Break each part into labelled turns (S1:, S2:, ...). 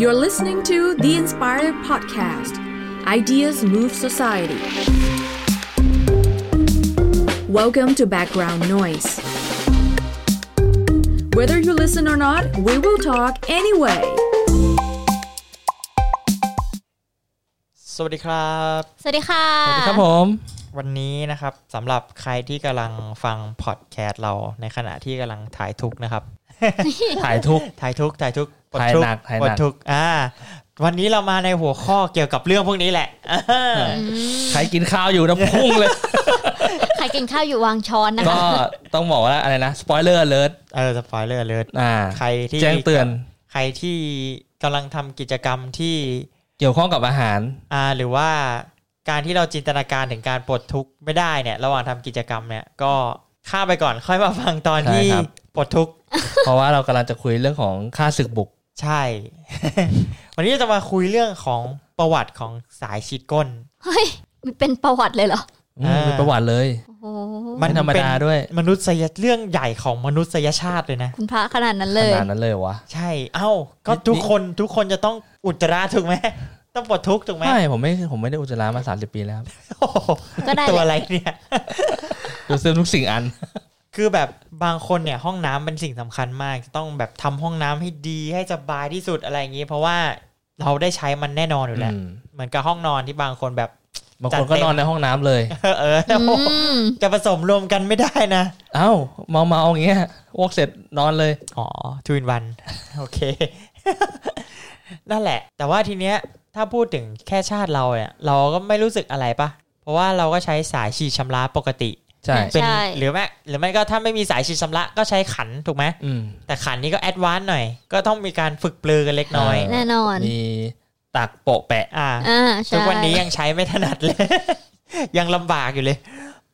S1: You're listening to The Inspired Podcast Ideas Move Society. Welcome to Background Noise. Whether you listen or not, we will talk anyway.
S2: สวัสดีครับ
S3: สวัสดีค่ะ
S4: สวัสดีครับผม
S2: วันนี้นะครับสำหรับใครที่กำลังฟังพอดแคสต์เราในขณะที่กำลังถ่ายทุกข์นะครับ
S4: ถ่ายทุก
S2: ถ่ายทุกข์ถ่ายทุกข์ปลด
S4: ถ่าย
S2: ทุก
S4: หนัก
S2: ข์
S4: ถ่ายห
S2: ป
S4: นั
S2: ล
S4: ก
S2: ดทุกข์อ่า วันนี้เรามาในหัวข้อเกี่ยวกับเรื่องพวกนี้แหละ
S4: ใครกินข้าวอยู่นะพุ่งเลย
S3: ใครกินข้าวอยู่วางช้อนนะ
S4: ก็
S3: คะ
S4: ต้องบอกว่าอะไรนะสปอยเลอร์เลิศ
S2: เออสปอยเลอร์เลย
S4: อ่า
S2: ใครที่
S4: แจ้งเตือน
S2: ใครที่กำลังทำกิจกรรมที่
S4: เกี่ยวข้องกับอาหาร
S2: อ่าหรือว่าการที่เราจินตนาการถึงการปลดทุกข์ไม่ได้เนี่ย ระหว่างทำกิจกรรมเนี่ยก็ข้ามไปก่อนค่อยมาฟังตอนที่
S4: ใช่ครับ
S2: ปลดทุกข์
S4: เพราะว่าเรากำลังจะคุยเรื่องของค่าศึกบุก
S2: ใช่ วันนี้เราจะมาคุยเรื่องของประวัติของสายชีดก้น
S3: เฮ้ย มันเป็นประวัติเลยเหรอ
S4: อืม
S2: อ่ามี
S4: มีประวัติเลย
S3: โอ้โห
S2: มัน
S4: ไธรรมดา
S2: เป็น
S4: ด้วย
S2: มนุษยเรื่องใหญ่ของมนุษยชาติเลยนะ
S3: คุณพระขนาดนั้น
S4: ข
S3: เลย
S4: นาดนั้นเลยวะ
S2: ใช่ เอ้า ก็
S4: นี่
S2: ทุกคนทุกคนจะต้องอุจจาระถูกไหม ต้องปลดทุกข์ถูกไหม
S4: ไม่ผมไม่ผมไม่ได้อุจจาระมา 30 ปีแล้วครับ
S2: โอ้โห
S3: ก็ได้
S2: ตัว
S3: แห
S2: อะ
S3: ละ
S2: ไรเนี่ย
S4: ดูซึมทุกสิ่งอั น
S2: คือแบบบางคนเนี่ยห้องน้ำเป็นสิ่งสำคัญมาก จะต้องแบบทำห้องน้ำให้ดีให้สบายที่สุดอะไรอย่างนี้ เพราะว่าเราได้ใช้มันแน่นอนอยู่แล้ว
S4: อืม
S2: เหมือนกับห้องนอนที่บางคนแบบ
S4: บาง
S2: จั
S4: ค
S2: ด
S4: นก็
S2: เต็ม
S4: นอนในห้องน้ำเลย
S2: เออเออ
S3: อืม
S2: จะผสมรวมกันไม่ได้นะ
S4: เอ้าเมาเมาๆอย่างเงี้ยอ้วกเสร็จนอนเลย
S2: อ๋อทูอินวัน โอเค นั่นแหละ แต่ว่าทีเนี้ย ถ้าพูดถึงแค่ชาติเราเนี่ย เราก็ไม่รู้สึกอะไรปะเพราะว่าเราก็ใช้สายฉีดชำระปกติ
S4: ใช่
S2: เป็น
S3: ใช่
S2: หรือไม่หรือไม่ก็ถ้าไม่มีสายฉีดชำระก็ใช้ขันถูกไหม
S4: อืม
S2: แต่ขันนี้ก็แอดวานซ์หน่อย ก็ต้องมีการฝึกปลือกันเล็กน้อย
S4: เ
S3: แน่นอน
S4: มีตักโปะแปะ
S2: อ่า
S3: อ่า ใช่
S2: ทุกวันนี้ยังใช้ไม่ถนัดเลย ยังลำบากอยู่เลย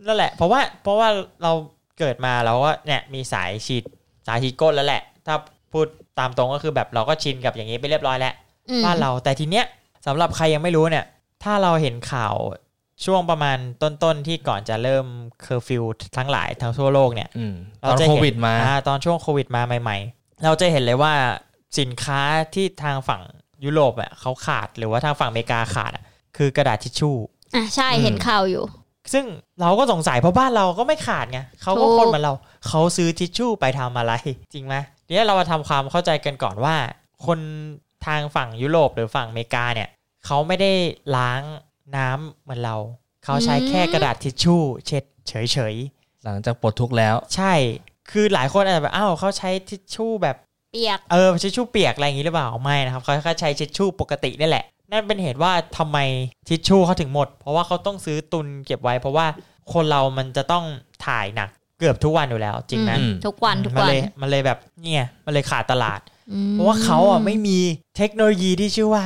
S2: นั่นแหละ เพราะว่าเพราะว่าเราเกิดมาเราก็เนี่ยมีสายฉีดสายฉีดก้นแล้วแหละ ถ้าพูดตามตรงก็คือแบบเราก็ชินกับอย่างนี้ไปเรียบร้อยแล้ว
S3: อืม
S2: บ้านเราแต่ทีเนี้ยสำหรับใครยังไม่รู้เนี่ย ถ้าเราเห็นข่าวช่วงประมาณต้นๆที่ก่อนจะเริ่มเคอร์ฟิวทั้งหลายทั้งทั่วโลกเนี่ย
S4: อืมต
S2: เรา
S4: อน
S2: จะ
S4: โค
S2: เห็น
S4: วิดมา
S2: อ่าตอนช่วงโควิดมาใหม่ ๆ เราจะเห็นเลยว่าสินค้าที่ทางฝั่งยุโรปอ่ะเขาขาดหรือว่าทางฝั่งอเมริกาขาดอ่ะคือกระดาษทิชชู่
S3: อ่ะใช่
S4: อืม
S3: เห็นข่าวอยู่
S2: ซึ่งเราก็สงสัยเพราะบ้านเราก็ไม่ขาดไงเขาก็
S3: ถูก
S2: คนเหมือนเรา เขาซื้อทิชชู่ไปทำอะไร จริงไหมทีนี้เรามาทำความเข้าใจกันก่อนว่า คนทางฝั่งยุโรปหรือฝั่งอเมริกาเนี่ยเขาไม่ได้ล้างน้ำเหมือนเรา เขาใช้แค่กระดาษทิชชู่ เช็ดเฉย
S4: หลังจากปลดทุกข์แล้ว
S2: ๆใช่ คือหลายคนอาจจะแบบอ้าวเขาใช้ทิชชู่แบบ
S3: เปียก
S2: เออทิชชู่เปียกอะไรอย่างนี้หรือเปล่าไม่นะครับเขาก็ใช้ทิชชู่ปกตินี่แหละ นั่นเป็นเหตุว่าทำไมทิชชู่เขาถึงหมด เพราะว่าเขาต้องซื้อตุนเก็บไว้ เพราะว่าคนเรามันจะต้องถ่ายหนักเกือบทุกวันอยู่แล้ว จริงไหม
S3: อืม ทุกวันทุก
S2: มั
S3: วัน
S2: เลยมันเลยแบบเนี่ยมันเลยขาดตลาด
S3: อืม
S2: เพราะว่าเขาอ่ะไม่มีเทคโนโลยีที่ชื่อว่า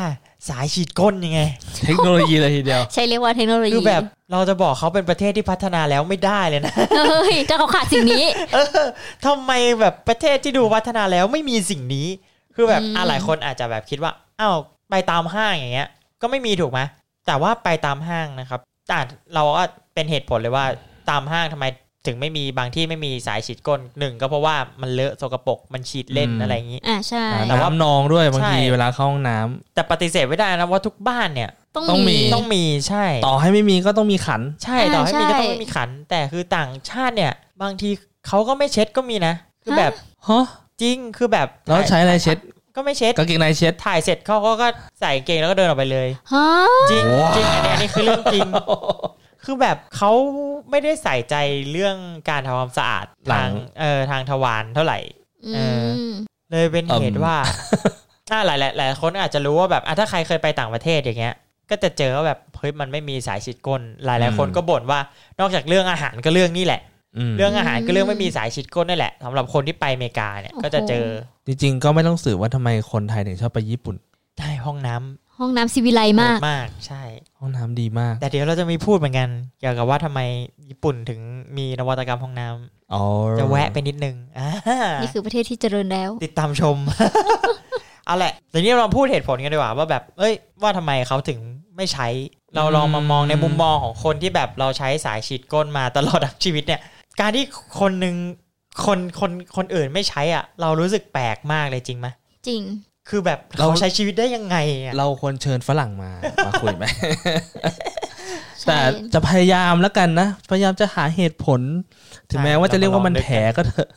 S2: สายฉีดก้นยังไง
S4: เทคโนโลยีเลยทีเดียว
S3: ใช้เรียกว่าเทคโนโลยี
S2: คือแบบเราจะบอกเขาเป็นประเทศที่พัฒนาแล้วไม่ได้เลยนะ
S3: เฮ้ยถ้าเขาขาดสิ่งนี้
S2: เออทำไมแบบประเทศที่ดูพัฒนาแล้วไม่มีสิ่งนี้ คือแบบ
S3: อืม
S2: อ่ะหลายคนอาจจะแบบคิดว่าอ้าวไปตามห้างอย่างเงี้ย ก็ไม่มีถูกไหมแต่ว่าไปตามห้างนะครับแต่เราก็เป็นเหตุผลเลยว่าตามห้างทำไมถึงไม่มีบางที่ไม่มีสายฉีดก้นหนึ่งก็เพราะว่ามันเลอะสกปรกมันฉีดเล่น
S4: อืม
S2: อะไรอย่างงี้
S3: อ่ะใช่
S2: แต่
S4: แต่
S2: ว่า
S4: ว่านองด้วยบาง
S2: ใช่
S4: ทีเวลาเข้าห้องน้ำ
S2: แต่ปฏิเสธไม่ได้นะว่าทุกบ้านเนี่ย
S3: ต้อง
S4: ต้องมี
S3: มี
S2: ต้องมีใช่
S4: ต่อให้ไม่มีก็ต้องมีขัน
S2: ใช่ต่อให้มีก็
S3: อ่าใช่
S2: ต้องมีขัน แต่คือต่างชาติเนี่ย บางทีเขาก็ไม่เช็ดก็มีนะ คือแบบ
S4: ฮะ
S2: จริงคือแบบ
S4: แล้วใช้อะไรเช็ด
S2: ก็ไม่เช็ด
S4: กางเกงในเช็ด
S2: ถ่ายเสร็จเขาก็ก็ใส่กางเกงแล้วก็เดินออกไปเลย
S3: ฮะ
S2: จริง
S4: โอ้
S2: จริงอันนี้อันนี้คือเรื่องจริง คือแบบเขาไม่ได้ใส่ใจเรื่องการทำความสะอาดทางเออทางทวารเท่าไหร่
S3: อื
S2: เออ
S3: ม
S2: เลยเป็นเหตุ
S4: อืม
S2: ว่าถ้าหลายหลายหลายคนอาจจะรู้ว่าแบบอ่ะถ้าใครเคยไปต่างประเทศอย่างเงี้ย ก็จะเจอว่าแบบเฮ้ยมันไม่มีสายฉีดก้นหลายหลายคนก็บ่นว่านอกจากเรื่องอาหารก็เรื่องนี่แหละ
S4: ม
S2: เรื่องอาหารก็เรื่องไม่มีสายฉีดก้นนี่แหละสำหรับคนที่ไปอเมริกาเนี่ยก็จะเจอ
S4: จริงๆก็ไม่ต้องสืบว่าทำไมคนไทยถึงชอบไปญี่ปุ่น
S2: ได้ห้องน้ำ
S3: ห้องน้ำซีวิไลมาก
S2: มากใช่
S4: ห้องน้ำดีมาก
S2: แต่เดี๋ยวเราจะมีพูดเหมือนกัน เกี่ยวกับว่าทำไมญี่ปุ่นถึงมีนวัตกรรมห้องน้ำ
S4: อ๋อ
S2: จะแวะไปนิดนึงอ่า
S3: นี่คือประเทศที่เจริญแล้ว
S2: ติดตามช ม เอาแหละทีนี้เราพูดเหตุผลกันดีกว่าว่าแบบ เอ้ย ว่าทำไมเขาถึงไม่ใช้ เราลองมามองในมุมมองของคนที่แบบเราใช้สายฉีดก้นมาตลอดทั้งชีวิตเนี่ย การที่คนหนึ่งคนคนคนอื่นไม่ใช้อ่ะ เรารู้สึกแปลกมากเลยจริงไหม
S3: จริง
S2: คือแบบ
S4: เรา
S2: เขาใช้ชีวิตได้ยังไงอะ
S4: เราควรเชิญฝรั่ง มา มาคุยไหม
S3: ใช่
S4: แต่จะพยายามแล้วกันนะ พยายามจะหาเหตุผล ถึงแม้ว่าจะเรียกว่ามันแผลก็เถอะ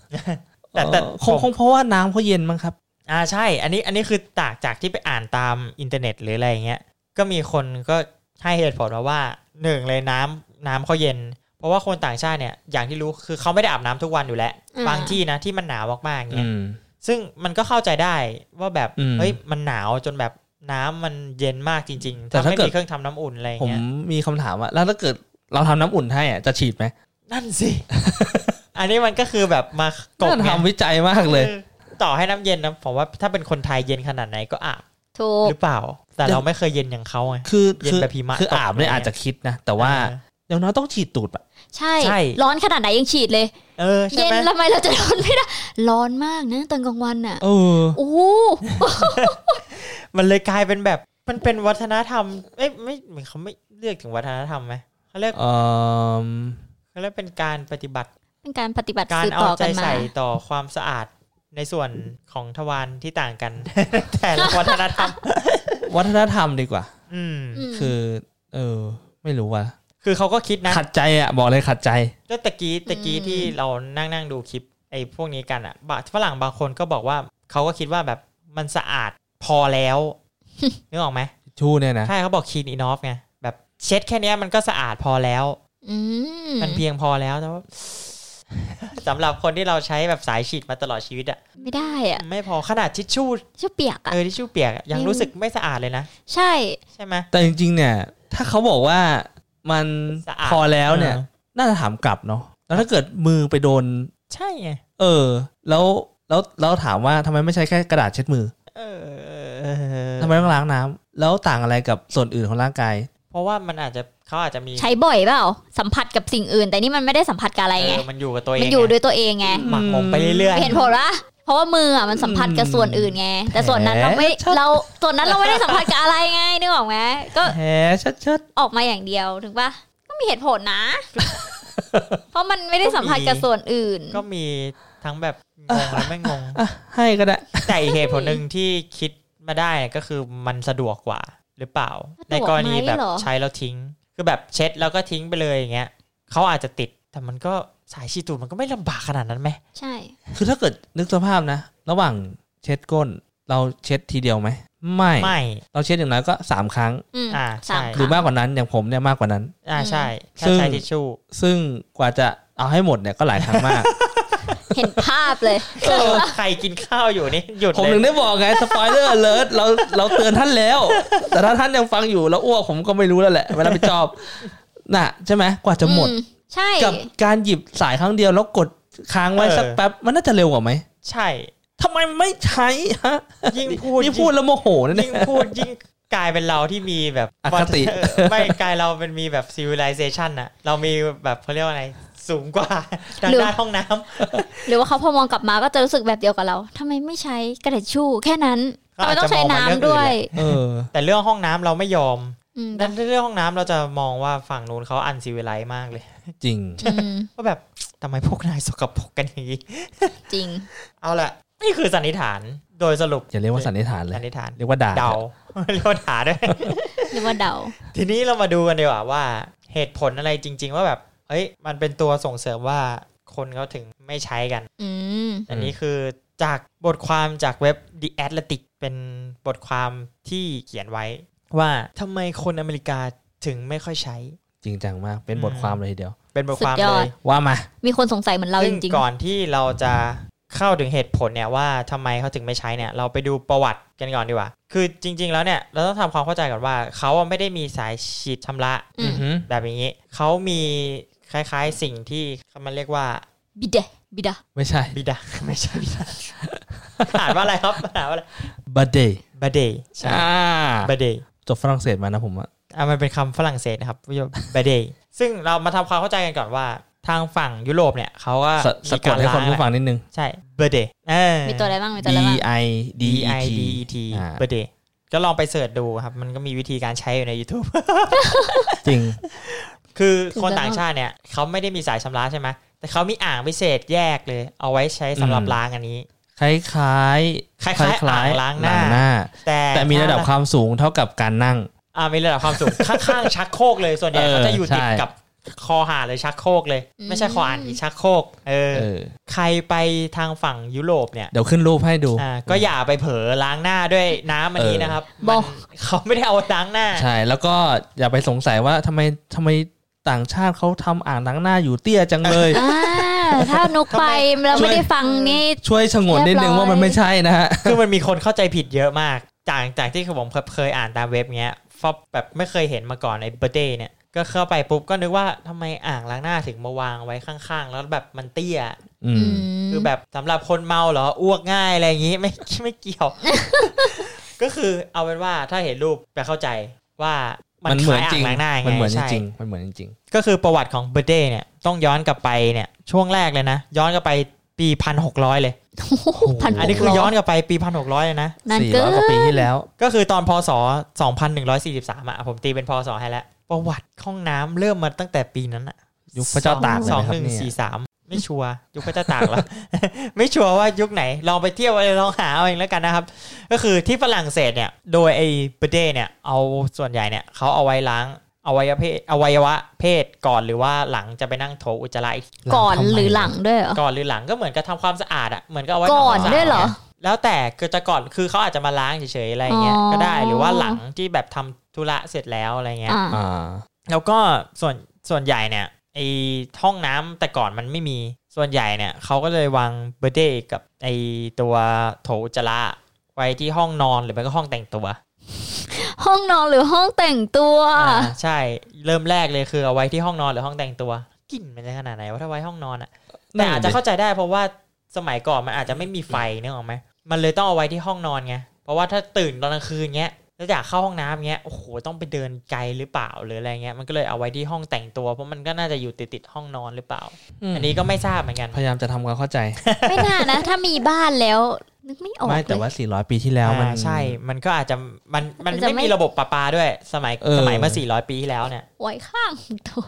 S2: แต่แต่
S4: เออค
S2: ผม
S4: งคงเพราะว่าน้ำเขาเย็นมั้งครับ
S2: อ่าใช่ อันนี้อันนี้คือจากจากที่ไปอ่านตามอินเทอร์เน็ตหรืออะไรอย่างเงี้ยก็มีคนก็ให้เหตุผลมาว่าหนึ่งเลยน้ำน้ำเขาเย็น เพราะว่าคนต่างชาติเนี่ยอย่างที่รู้คือเขาไม่ได้อาบน้ำทุกวันอยู่แล้ว
S3: อ่า
S2: บางที่นะที่มันหนาวมากๆ
S4: อื
S2: เนี่ย
S4: ม
S2: ซึ่งมันก็เข้าใจได้ว่าแบบ
S4: อืม
S2: เฮ้ยมันหนาวจนแบบน้ำมันเย็นมากจริงๆ
S4: แต่ถ้า
S2: ไม่
S4: เกิด
S2: มีเครื่องทำน้ำอุ่นอะไรอย่า
S4: ผ
S2: ง
S4: ม
S2: เงี้ย
S4: มีคำถามว่าแล้วถ้าเกิดเราทำน้ำอุ่นให้อ่ะจะฉีดไหม
S2: นั่นสิ อันนี้มันก็คือแบบมากบ
S4: น่า
S2: ไง
S4: ทำวิจัยมากเลย
S2: เออต่อให้น้ำเย็นนะผมว่าถ้าเป็นคนไทยเย็นขนาดไหนก็อาบ
S3: ถูก
S2: หรือเปล่า แต่
S4: เดี๋ยว
S2: เราไม่เคยเย็นอย่างเขาไง
S4: คือ
S2: เย็น
S4: คือ
S2: แบบหิมะ
S4: คือ
S2: ตก
S4: อาบเนี่ย
S2: อะไรเงี้ย
S4: อาจจะคิดนะ แต่ว่าอย่างน้อยต้องฉีดตูดอะ
S3: ใช่
S2: ใช่
S3: ร้อนขนาดไหนยังฉีดเลย
S2: เออใช่
S3: เย็น
S2: ไหม
S3: ทำไมเราจะร้อนไม่ได้ ร้อนมากนะตอนกลางวันอ่ะ
S4: เออ
S3: โอ้
S2: มันเลยกลายเป็นแบบมันเป็นวัฒนธรรมเอ้ยไม่เหมือนเขาไม่เรียกถึงวัฒนธรรมไหมเขาเรียก
S4: เอม
S2: เขาเรียกเป็นการปฏิบัติ
S3: เป็นการปฏิบัติ
S2: การ
S3: สืบ
S2: เอา
S3: ต่อ
S2: ใจ
S3: กันมา
S2: ใส่ต่อความสะอาดในส่วนของทวารที่ต่างกัน แต่ละวัฒนธรรม
S4: วัฒนธรรมดีกว่า
S2: อืม
S3: อืม
S4: คือ เออ ไม่รู้ว่า
S2: คือเขาก็คิดนะ
S4: ขัดใจอ่ะ บอกเลยขัดใจ
S2: ก็ตะกี้ตะกี้ที่เรานั่งนั่งดูคลิปไอ้พวกนี้กันอ่ะบะฝรั่งบางคนก็บอกว่าเขาก็คิดว่าแบบมันสะอาดพอแล้ว นึกออกไหม
S4: ชู่เนี่ยนะ
S2: ใช่เขาบอกคีนอีนอฟไงแบบเช็ดแค่เนี้ยมันก็สะอาดพอแล้ว
S3: อืม
S2: มันเพียงพอแล้วแต่ว่า สำหรับคนที่เราใช้แบบสายฉีดมาตลอดชีวิตอ่ะ
S3: ไม่ได้อ่ะ
S2: ไม่พอขนาดทิชชู่
S3: ชื่อเปียกอ่ะ
S2: เออทิชชู่เปียกอะยัง
S3: ไม่
S2: รู้สึกไม่สะอาดเลยนะ
S3: ใช่
S2: ใช่ไหม
S4: แต่จริงๆ เนี่ย ถ้าเขาบอกว่ามัน
S2: สะอาด
S4: พอแล้วเนี่ย
S2: เออ
S4: น่าจะถามกลับเนาะ แล้วถ้าเกิดมือไปโดน
S2: ใช่ไง
S4: เออ แล้วแล้วแล้วถามว่าทำไมไม่ใช้แค่กระดาษเช็ดมือ
S2: เออ
S4: ทำไมต้องล้างน้ำแล้วต่างอะไรกับส่วนอื่นของร่างกาย
S2: เพราะว่ามันอาจจะเขาอาจจะมี
S3: ใช้บ่อยเปล่า สัมผัสกับสิ่งอื่น แต่นี่มันไม่ได้สัมผัสกับอะไร
S2: เอ
S3: ไง
S2: อมันอยู่กับตัวเอง
S3: มันอยู่
S2: ไง
S3: ด้วยตัวเองไง
S2: หมักหมมไปเรื่อย
S3: เห็นผลละเพราะว่ามืออ่ะมันสัมผัสกับส่วนอื่นไง แต่ส่วนนั้นเราไม่เราส่วนนั้นเราไม่ได้สัมผัสกับอะไรไงนึกออกไหมก็
S4: แหมชัดชัด
S3: ออกมาอย่างเดียวถึงปะก็มีเหตุผล นะ เพราะมันไม่ได้สัมผัสกับส่วนอื่น
S2: ๆก็มีทั้งแบบงงและไม่งง
S4: ๆอ่ะ ให้ก็ได้
S2: แต่อีกเหตุผลหนึ่งที่คิดมาได้ก็คือมันสะดวกกว่าหรือเปล่า
S3: สะดว
S2: ใน
S3: กไหม
S2: กรณีแบบ
S3: เหรอ
S2: ใช้แล้วทิ้ง คือแบบเช็ดแล้วก็ทิ้งไปเลยอย่างเงี้ยเขาอาจจะติดแต่มันก็สายชีตูดมันก็ไม่ลำบากขนาดนั้นไหม
S3: ใช่
S4: คือถ้าเกิดนึกสภาพนะ ระหว่างเช็ดก้น เราเช็ดทีเดียวไหม ไม่
S2: ไม่
S4: เราเช็ดอย่างน้อยก็สามครั้ง
S3: อืม
S2: อ่า
S3: สาม
S2: ใช่
S3: ค
S4: หรื
S3: รั้
S4: อง มากกว่านั้นอย่างผมเนี่ยมากกว่านั้น
S2: อ่าใช่แค่
S4: ซึ่ง
S2: ใช้ทิชชู่
S4: ซึ่งกว่าจะเอาให้หมดเนี่ยก็หลายครั้ง มาก
S3: เห็นภาพเลย
S2: เออใครกินข้าวอยู่นี่หยุด
S4: ผม
S2: เล
S4: ถึ
S2: ย
S4: งได้บอกไงสปอยเลอร์เลิศเราเราเตือนท่านแล้ว แต่ถ้าท่านยังฟังอยู่แล้วอ้วกผมก็ไม่รู้แล้วแหละเวลาไปจอบ น่ะใช่ไหมก ว่าจะหมด
S3: อืใช่
S4: กับการหยิบสายครั้งเดียวแล้วกดค้างไว้
S2: เออ
S4: สักแป๊บมันน่าจะเร็วกว่าไหม
S2: ใช่
S4: ทำไมไม่ใช้ฮะ
S2: ยิ่งพูด
S4: นี่พูดแล้วโมโหนะเนี่
S2: ยิ่
S4: ย
S2: งพูดยิ่งกลายเป็นเราที่มีแบบ
S4: อคติ
S2: เออไม่กลายเราเป็นมีแบบ civilization น่ะ เรามีแบบเขาเรียกว่าอะไรสูงกว่าทาง
S3: หรือ
S2: ด้านห้องน้ำ
S3: หรือว่าเขาพอมองกลับมาก็จะรู้สึกแบบเดียวกับเราทำไมไม่ใช้กระดาษทิชชู่แค่นั้นทำไมต้องใช้น้ำด้วย
S4: เออ
S2: แต่เรื่องห้องน้ำเราไม่ยอม
S3: อืม
S2: ดันเรื่องห้องน้ำเราจะมองว่าฝั่งนู้นเขาอันซีวิไลมากเลย
S4: จริง
S3: อืม
S2: ว่าแบบทำไมพวกนายสกปรกกันอย่างนี้
S3: จริง
S2: เอาละนี่คือสันนิษฐานโดยสรุป
S4: อย่าเรียกว่าสันนิษฐานเล
S2: สั
S4: ย
S2: นนิษฐาน
S4: เรียกว่าด่า
S2: เดาเรียกว่าด่าด้วย
S3: หรือว่าเดา
S2: ทีนี้เรามาดูกันดีกว่าว่าเหตุผลอะไรจริง ๆ ว่าแบบเฮ้ยมันเป็นตัวส่งเสริมว่าคนเขาถึงไม่ใช้กัน
S3: อืม
S2: อันนี้คือจากบทความจากเว็บ The Atlantic เป็นบทความที่เขียนไว้ ว่าทำไมคนอเมริกาถึงไม่ค่อยใช้
S4: จริงจังมากเป็น
S2: อืม
S4: บทความเลยทีเดียว
S2: เป็นบทความ
S3: สุดย
S2: เล
S3: อด
S2: ย
S4: ว่ามา
S3: มีคนสงสัยเหมือนเราจ
S2: ซึ่ง
S3: ริง
S2: ก่อนที่เราจะเข้าถึงเหตุผลเนี่ยว่าทำไมเขาถึงไม่ใช้เนี่ย เราไปดูประวัติกันก่อนดีกว่า คือจริง ๆ แล้วเนี่ย เราต้องทำความเข้าใจก่อนว่าเขาอะไม่ได้มีสายฉีดชำระ
S3: ๆอืม
S2: แบบอย่างนี้ เขามีคล้ายๆสิ่งที่มันเรียกว่า
S3: บิดะบิดะ
S4: ไม่ใช่
S2: บิดา ไม่ใช่บิดาอ่านว่าอะไรครับอ่านว่าอะไร
S4: บัดเดย์
S2: บาเดย์ใช่
S4: อ่า
S2: บเดย์
S4: จบฝรั่งเศสมานะผมอะ
S2: อ่ะมันเป็นคำฝรั่งเศสนะครับผู้ชมบเดย์ซึ่งเรามาทำความเข้าใจกันก่อนว่า ทางฝั่งยุโรปเนี่ยเขาก็
S4: สะสะกดให้คนผู้ฟังนิดนึง
S2: ใช่บเดย์เออ
S3: มีตัวอะไรบ้างมีตัวอะ
S4: D
S3: ไรบ้าง
S4: I D
S2: D
S4: E
S2: I
S4: T
S2: D E T
S4: อ่า
S2: บเดย์ก็ลองไปเสิร์ชดูครับ มันก็มีวิธีการใช้อยู่ใน YouTube
S4: จริง
S2: คือคน
S3: ถูกแล้ว
S2: ต่างชาติเนี่ยเขาไม่ได้มีสายชำระใช่ไหมแต่เขามีอ่างพิเศษแยกเลย เอาไว้ใช้สำหรับ
S4: อืม
S2: ล้างอันนี้
S4: คล้ายๆ
S2: คล้ายๆอ่างล้างหน้า แต่
S4: แต่มีระดับความสูงเท่ากับการนั่ง
S2: อ่ามีระดับความสูง ข้างๆชักโครกเลยส่วนใหญ่
S4: เออ
S2: เขาจะอยู่ติด
S4: ใช่
S2: กับคอหาเลยชักโครกเลย
S3: อืม
S2: ไม่ใช่คออ่านอีกชักโครกเออ
S4: เออ
S2: ใครไปทางฝั่งยุโรปเนี่ย
S4: เดี๋ยวขึ้นรูปให้ดู
S2: อ่าก็อย่าไปเผลอล้างหน้าด้วยน้ำอันนี้
S4: เออ
S2: นะครับ
S3: บอก
S2: มันเขาไม่ได้เอาล้างหน้า
S4: ใช่ แล้วก็อย่าไปสงสัยว่าทำไมทำไมต่างชาติเขาทำอ่างล้างหน้าอยู่เตี้ยจังเลย
S3: อ่าถ้านุกไปแล้วไม่ได้ฟังนี่
S4: ช่วยชงนนิดนึง
S3: เรียบร้อย
S4: ว่ามันไม่ใช่นะฮะ
S2: คือมันมีคนเข้าใจผิดเยอะมาก จากจากที่ผมเคยเคยอ่านตามเว็บเงี้ยฟอบแบบไม่เคยเห็นมาก่อนไอ้เบอร์เดย์เนี่ย ก็เข้าไปปุ๊บก็นึกว่าทำไมอ่างล้างหน้าถึงมาวางไว้ข้างๆ แล้วแบบมันเตี้ย
S4: อืม
S3: ม
S2: คือแบบสำหรับคนเมาเหรออ้วกง่ายอะไรอย่างงี้ไม่ ไม่เกี่ยว ก็คือเอาเป็นว่าถ้าเห็นรูปจะเข้าใจว่ามั
S4: มัน
S2: น
S4: เหมือน
S2: คล้าย
S4: จริ
S2: อ่าง งล้างหน้าไง
S4: มันเหมือนจ
S2: ใช่
S4: ริงๆมันเหมือนจริง
S2: ก็คือประวัติของเบอร์เดย์เนี่ยต้องย้อนกลับไปเนี่ยช่วงแรกเลยนะ ย้อนกลับไปปีพันหกร้อยเลย
S3: โอ้โหพัน
S2: อันนี้คือย้อนกลับไปปีพันหกร้อยเลยนะ
S4: ๆ
S3: นั่น
S4: สี่
S3: เกิ
S4: ร้อยกว่าปี
S3: น
S4: ที่แล้ว
S2: ก็คือตอนพศ 2143อ่ะผมตีเป็นพศให้แล้ว ประวัติห้องน้ำเริ่มมาตั้งแต่ปีนั้นอ่ะ
S4: ยุคพระเจ้าตากเลย
S2: สองห
S4: นะครับ
S2: นึ่ง
S4: เนี่ย
S2: สี่สามไม่ชัวร์ยุคพระเจ้าตากเหรอ ไม่ชัวร์ว่ายุคไหน ลองไปเที่ยวเลยลองหาเอาเองแล้วกันนะครับ ก็คือที่ฝรั่งเศสเนี่ย โดยไอ้เบเดเนี่ย เอาส่วนใหญ่เนี่ยเขาเอาไว้ล้างอวัยวะเพศอวัยวะเพศก่อนหรือว่าหลังจะไปนั่งโถอุจจาระอีก
S3: ก่อนหรือหลังด้วยเหรอ
S2: ก่อนหรือหลังก็เหมือนกับทำความสะอาดอ่ะเหมือนก็เอาไว้ทำค
S3: ก่อ
S2: วาน มสะอาด
S3: ด้วยเหรอ
S2: นี่ แล้วแต่คือจะก่อนคือเขาอาจจะมาล้างเฉยๆอะไรอย่างเงี้ย
S3: อ๋อ
S2: ก็ได้หรือว่าหลังที่แบบทำธุระเสร็จแล้วอะไรเงี้ย
S3: อ่า
S4: อ่า
S2: แล้วก็ส่วนส่วนใหญ่เนี่ยไอห้องน้ำแต่ก่อนมันไม่มีส่วนใหญ่เนี่ยเขาก็เลยวางเบอร์เดย์กับไอตัวโถอุจจาระไว้ที่ห้องนอนหรือไม่ก็ห้องแต่งตัว
S3: ห้องนอนหรือห้องแต่งตัว
S2: าใช่เริ่มแรกเลยคือเอาไว้ที่ห้องนอนหรือห้องแต่งตัวกลิ่นมันจะขนาดไหนว่าถ้าไว้ห้องนอนอะ แต่อาจจะเข้าใจได้เพราะว่าสมัยก่อนมันอาจจะไม่มีไฟนึกออกไหมมันเลยต้องเอาไว้ที่ห้องนอนไง เพราะว่าถ้าตื่นตอนกลางคืนเงี้ยแล้วอยากเข้าห้องน้ำเงี้ยโอ้โหต้องไปเดินไกลหรือเปล่าหรืออะไรเงี้ยมันก็เลยเอาไว้ที่ห้องแต่งตัวเพราะมันก็น่าจะอยู่ติดติดๆห้องนอนหรือเปล่า
S4: อืม
S2: อันนี้ก็ไม่ทราบเหมือนกัน
S4: พยายามจะทำความเข้าใจ
S3: ไม่น่านะ ถ้ามีบ้านแล้ว นึกไม่ออก
S4: ไม่แต่
S3: เลย
S4: ว่า 400 ปีที่แล้วมัน
S2: อ่าใช่ มันก็อาจจะมันมัน
S3: จะ
S2: ไม่
S3: ไม่
S2: มีระบบประปาด้วยสมัย
S4: เออ
S2: สมัยเมื่อ 400 ปีที่แล้วเนี่ย
S3: ไว้ข้างตัว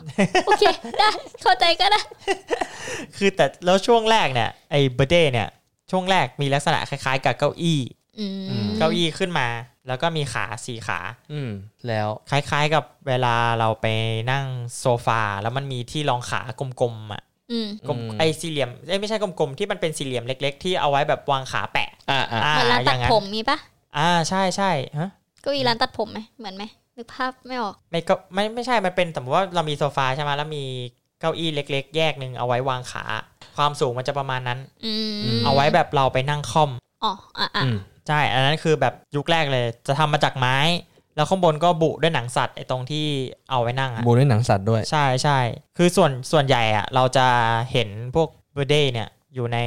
S3: โอเคได้เข้าใจก็ได้
S2: คือแต่แล้วช่วงแรกเนี่ยไอ้เบอร์เดย์เนี่ยช่วงแรกมีลักษณะคล้ายๆ กับเก้าอี้
S3: อืม
S2: เก้าอี้ขึ้นมา แล้วก็มีขาสี่ขา
S4: อืมแล้ว
S2: คล้าย ๆ กับเวลาเราไปนั่งโซฟาแล้วมันมีที่รองขากลมๆอ่ะ
S3: อืม
S2: กลมไอ้สี่เหลี่ยมเอ้ยไม่ใช่กลมๆที่มันเป็นสี่เหลี่ยมเล็ก ๆ ที่เอาไว้แบบวางขาแปะ
S4: อ่าอ่า
S2: อ่า
S3: เหมือนร้าน
S2: อ
S3: ตัด
S2: ย่างนั้น
S3: ผมมีปะ
S2: อ่าใช่ใช่ฮะ
S3: เก็อีร้านตัดผมไหมเหมือนไหมนึกภาพไม่ออก
S2: ไม่ก็ไม่ไม่ใช่มันเป็นสมมติว่าเรามีโซฟาใช่ไหมแล้วมีเก้าอี้เล็ก ๆ แยกหนึ่งเอาไว้วางขา ความสูงมันจะประมาณนั้น
S3: อืม
S2: เอาไว้แบบเราไปนั่งคอม
S3: อ๋ออ่ะอ่ะ
S4: อืม
S2: ใช่อันนั้นคือแบบยุคแรกเลย จะทำมาจากไม้ แล้วข้างบนก็บุด้วยหนังสัตว์ไอ้ตรงที่เอาไว้นั่งอะ
S4: บูด้วยหนังสัตว์ด้วย
S2: ใช่ใช่คือส่วนส่วนใหญ่อะเราจะเห็นพวกเบอร์เดย์เนี่ยอยู่ใน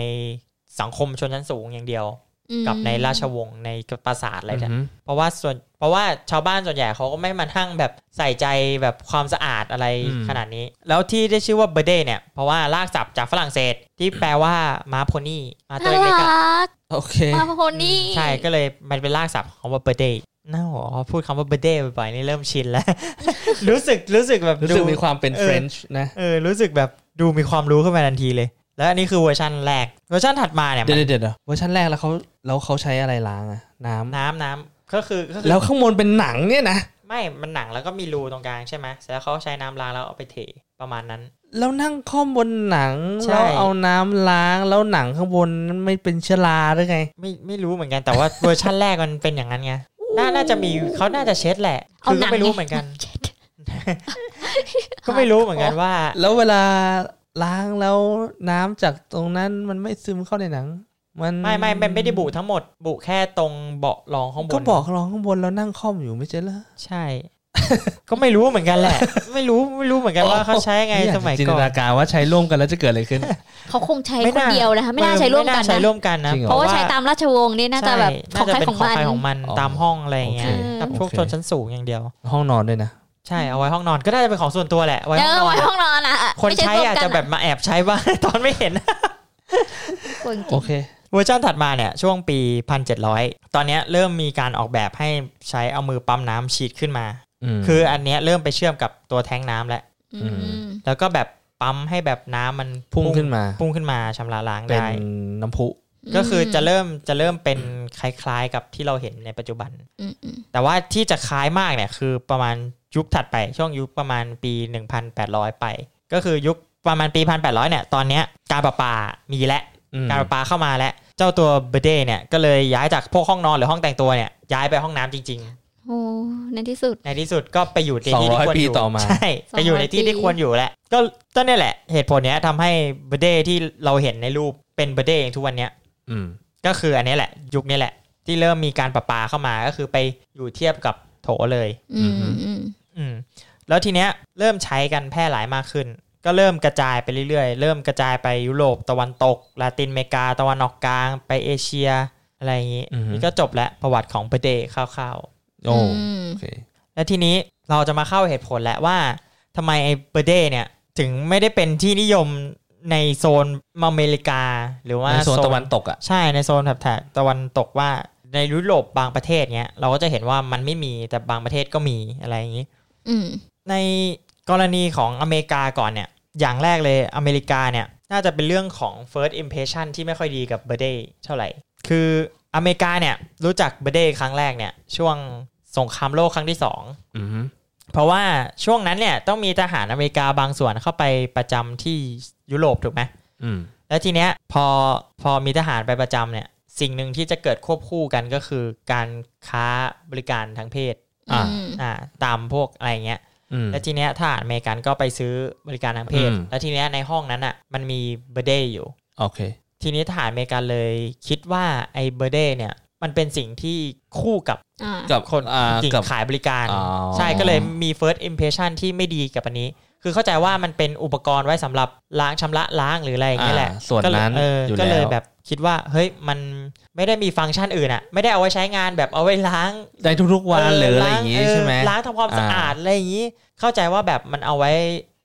S2: สังคมชนชั้นสูงอย่างเดียว
S3: อืม
S2: กับในราชวงศ์ในปราสาทอะไรเนี่ย
S4: อือหือ
S2: เพราะว่าส่วนเพราะว่าชาวบ้านส่วนใหญ่เขาก็ไม่มาทั่งแบบใส่ใจแบบความสะอาดอะไร
S4: อืม
S2: ขนาดนี้ แล้วที่ได้ชื่อว่าเบอร์เดย์เนี่ย เพราะว่าลากศัพท์จากฝรั่งเศสที่แปลว่าม้าโพนี่ม้าตัว
S3: น่า
S2: เล็กๆอ
S3: รั
S2: ะ
S3: ก
S4: โอเค
S3: มาโพนี่
S2: ใช่ก็เลยมันเป็นลากศัพท์ของว่าเบอร์เดย์น่าหัวพูดคำว่าเบอร์เดย์บ่อยๆนี่เริ่มชินแล้ว รู้สึกรู้สึกแบบ
S4: รู้สึก
S2: ดู
S4: มีความเป็น
S2: เอ
S4: เฟ
S2: อ
S4: รนช์นะ
S2: เออรู้สึกแบบดูมีความรู้ขึ้นมาทันทีเลย แล้วอันนี้คือเวอร์ชันแรก เวอร์ชันถัดมาเนี่ย
S4: เดี๋ยวเดี๋ยวเดี๋ยวเวอร์ชันแรกแล้วเขาแล้วเขาใช้อะไรล้างอะน้ำ
S2: น้ำน้ำก็คือก็คือ
S4: แล้วข้างบนเป็นหนังเนี่ยนะ
S2: ไม่มันหนังแล้วก็มีรูตรงกลางใช่ไหมเสร็จแล้วเขาใช้น้ำล้างแล้วเอาไปเทประมาณนั้น
S4: แล้วนั่งข้อมบนหนัง
S2: ใช่
S4: แล้วเอาน้ำล้างแล้วหนังข้างบนนั้นไม่เป็นเชื้อราหรือไง
S2: ไม่ไม่รู้เหมือนกันแต่ว่า เวอร์ชันแรกมันเป็นอย่างนั้นไงน่าน่าจะมีเขาน่าจะเช็ดแหละ
S3: เอา
S2: คือ
S3: ห
S2: ก็
S3: นัง
S2: ไม่รู้
S3: ง
S2: เหมือนกัน
S3: ช็ด
S2: ก็ไม่รู้เหมือนกันว่า
S4: แล้วเวลาล้างแล้วน้ำจากตรงนั้นมันไม่ซึมเข้าในหนัง มัน
S2: ไม่ไม่ไม่ไม่ได้บุทั้งหมด บุแค่ตรงเบาะรองข้างบน
S4: ก็บอกรองข้างบนแล้วนั่งค่อมอยู่ไม่ใช่เหรอ
S2: ใช่ ก็ไม่รู้เหมือนกันแหละ ไม่รู้ไม่รู้เหมือนกันว่าเขาใช้ไง
S4: อยาก
S2: สมัย
S4: จิน
S2: ก่
S4: ต
S2: อน
S4: นาการว่าใช้ร่วมกันแล้วจะเกิดอะไรขึ้น
S3: เขาคงใช้
S2: ไม่
S3: คน
S2: น่า
S3: เดียวนะคะไม่น่า
S2: เออ
S3: ใช้ร่วมกัน
S2: ไน่าใช้
S3: นะ
S2: ร่วมกันนะ
S4: จริงเหรอ
S3: เพราะว่าใช้ตามราชวงศ์นี่น่าจะแบบของ
S2: ช่
S3: ใคร
S2: น่าจะเป็น
S3: ของมัน
S2: ใครของมัน
S4: อ๋อ
S2: ตามห้องอะไรอย่างเงี้ย
S4: โอเค
S2: กับพวก
S4: โอเค
S2: ชนชั้นสูงอย่างเดียว
S4: ห้องนอนด้วยนะ
S2: ใช่เอาไว้ห้องนอนก็ได้จะเป็นของส่วนตัวแหละไว้
S3: เอ
S2: ห้องอ
S3: อนไว้
S2: น
S3: ห้องนอนอ่ะ
S2: คน
S3: ไม่ช่
S2: ใช้
S3: ร่วม
S2: อาจ
S3: กัน
S2: จะแบบมาแอบใช้บ้าง ตอนไม่เห็น
S3: กลัวจริงๆ
S4: โอเค
S2: เวอร์ชันถัดมาเนี่ยช่วงปี 1700 ตอนเนี้ยเริ่มมีการออกแบบให้ใช้เอามือปั๊มน้ำฉีดขึ้นมา
S4: ม
S2: คืออันเนี้ยเริ่มไปเชื่อมกับตัวแทงน้ำแล้ว
S3: อื
S4: อื
S3: ม
S4: ม
S2: แล้วก็แบบปั๊มให้แบบน้ำมัน
S4: พุ่งขึ้นมา
S2: พุ่งขึ้นมาชำระล้าง
S4: เป็น
S2: ได้
S4: น้ำพุ
S2: ก็คือจะเริ่มจะเริ่มเป็นคล้ายๆกับที่เราเห็นในปัจจุบัน
S3: อืมอืม
S2: แต่ว่าที่จะคล้ายมากเนี่ยคือประมาณยุคถัดไปช่วงยุคประมาณปี 1,800 ไป ก็คือยุคประมาณปี 1,800เนี่ยตอนเนี้ยการประปามีและ
S4: อืม
S2: การประปาเข้ามาแล้ว เจ้าตัวเบเดเนี่ยก็เลยย้ายจากพวกห้องนอนหรือห้องแต่งตัวเนี่ยย้ายไปห้องน้ำจริง
S3: โอ้ในที่สุด
S2: ๆ ในที่สุดก็ไปอยู่ในที่ที่ควร
S4: 200ปี
S2: อยู่
S4: ต่อมา
S2: ใช่ไปอยู่ในที่ที่ควรอยู่แหละก็ก็เนี่ยแหละเหตุผลเนี้ยทำให้เบเดที่เราเห็นในรูปเป็นเบเดเองทุกวันเนี้ย
S4: อืม
S2: ก็คืออันนี้แหละ ยุคนี้แหละ ที่เริ่มมีการประปาเข้ามาก็คือไปอยู่เทียบกับโถเลย
S3: อืมอืม
S2: อืมแล้วทีเนี้ยเริ่มใช้กันแพร่หลายมากขึ้น ก็เริ่มกระจายไปเรื่อยๆ เริ่มกระจายไปยุโรปตะวันตกลาตินอเมริกา ตะวันออกกลาง ไปเอเชีย อะไรอย่างนี้
S4: อือฮึ
S2: นี่ก็จบแล้วประวัติของประเดย์คร่าว
S4: โอ้
S3: ม
S4: โอเค
S2: ๆ แล้วทีนี้เราจะมาเข้าเหตุผลแล้วว่าทำไมไอ้ประเดย์เนี่ยถึงไม่ได้เป็นที่นิยมในโซนอเมริกา หรือว่า
S4: ในโซนตะวันตกอ่ะ
S2: ใช่ในโซนแถบๆตะวันตกว่าในยุโรปบางประเทศเนี้ยเราก็จะเห็นว่ามันไม่มีแต่บางประเทศก็มีอะไรอย่างนี้
S3: อืม
S2: ในกรณีของอเมริกาก่อนเนี่ย อย่างแรกเลยอเมริกาเนี่ย น่าจะเป็นเรื่องของ first impression ที่ไม่ค่อยดีกับเบเดย์เท่าไหร่ คืออเมริกาเนี่ย รู้จักเบเดย์ครั้งแรกเนี่ย ช่วงสงครามโลกครั้งที่สอง
S4: อืม
S2: เพราะว่าช่วงนั้นเนี่ยต้องมีทหารอเมริกาบางส่วนเข้าไปประจำที่ยุโรปถูกไหม
S4: อืม
S2: แล้วทีเนี้ยพอพอมีทหารไปประจำเนี่ย สิ่งหนึ่งที่จะเกิดควบคู่กันก็คือการค้าบริการทางเพศ
S3: อ่า
S2: อ่าตามพวกอะไรเงี้ย
S4: อืม
S2: แล้วทีเนี้ยทหารอเมริกันก็ไปซื้อบริการทางเพศ
S4: อืม
S2: แล้วทีเนี้ยในห้องนั้นอ่ะมันมีเบอร์เดย์อยู่
S4: โอเค
S2: ทีนี้ทหารอเมริกันเลยคิดว่าไอ้เบอร์เดย์เนี่ยมันเป็นสิ่งที่คู่กับ
S3: อ่า
S4: กับ
S2: คน
S4: อ่า
S2: จริง
S4: กับ
S2: ขายบริการ
S4: อ๋อ
S2: ใช่ก็เลยมี first impression ที่ไม่ดีกับอันนี้ คือเข้าใจว่ามันเป็นอุปกรณ์ไว้สำหรับล้างชำระล้างหรืออะไรอย่างเงี้ยแหละ
S4: อ่าส่วนนั้น
S2: ก็เลยเอออยู่ ก็
S4: แล้
S2: เลยว แบบคิดว่าเฮ้ยมันไม่ได้มีฟังก์ชันอื่นอะไม่ได้เอาไว้ใช้งานแบบเอาไว้ล้าง
S4: ได้ทุกๆวันหรืออะไรอย่างงี้
S2: เ
S4: ใช่ไหม
S2: ล้างทำความสะอาดอะไรอย่างงี้ เข้าใจว่าแบบมันเอาไว้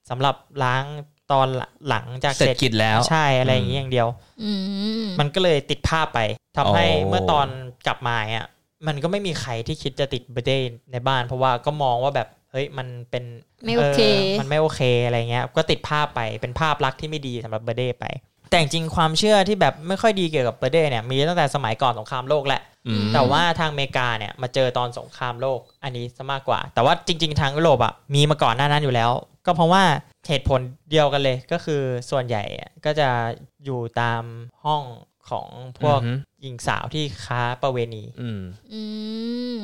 S2: สำหรับล้างตอนหลังจาก
S4: เสร็จกิจแล้ว
S2: ใช่อะไรอย่างงี้อย่างเดียว
S3: อืม
S2: มันก็เลยติดภาพไปทำให้
S4: โอ้
S2: เมื่อตอนกลับมาอ่ะมันก็ไม่มีใครที่คิดจะติดเบเดย์ในบ้าน เพราะว่าก็มองว่าแบบเฮ้ยมันเป็น
S3: ไม่โอเค
S2: มันไม่โอเคอะไรเงี้ย ก็ติดภาพไปเป็นภาพลักษณ์ที่ไม่ดีสำหรับเบเดย์ไป แต่จริงๆความเชื่อที่แบบไม่ค่อยดีเกี่ยวกับเบเดย์เนี่ยมีตั้งแต่สมัยก่อนสงครามโลกแหละ
S4: อืม
S2: แต่ว่าทางอเมริกาเนี่ยมาเจอตอนสงครามโลกอันนี้ซะมากกว่า แต่ว่าจริง ๆ ทางยุโรปอ่ะมีมาก่อนหน้านั้นอยู่แล้ว ก็เพราะว่าเหตุผลเดียวกันเลยก็คือส่วนใหญ่อะก็จะอยู่ตามห้องของพวก
S4: อืม
S2: หญิงสาวที่ค้าประเวณี
S4: อืม
S3: อื